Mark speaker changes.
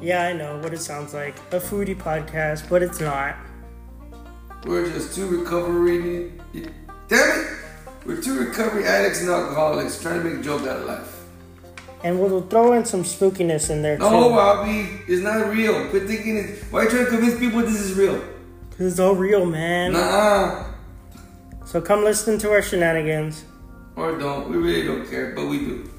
Speaker 1: Yeah, I know what it sounds like. A foodie podcast, but it's not.
Speaker 2: We're just two recovery. Damn it! We're two recovery addicts and alcoholics trying to make a joke out of life.
Speaker 1: And we'll throw in some spookiness in there
Speaker 2: No,
Speaker 1: too.
Speaker 2: Bobby, it's not real. Quit thinking it. Why are you trying to convince people this is real?
Speaker 1: This is all real, man.
Speaker 2: Nah,
Speaker 1: So come listen to our shenanigans.
Speaker 2: or don't. We really don't care, but we do.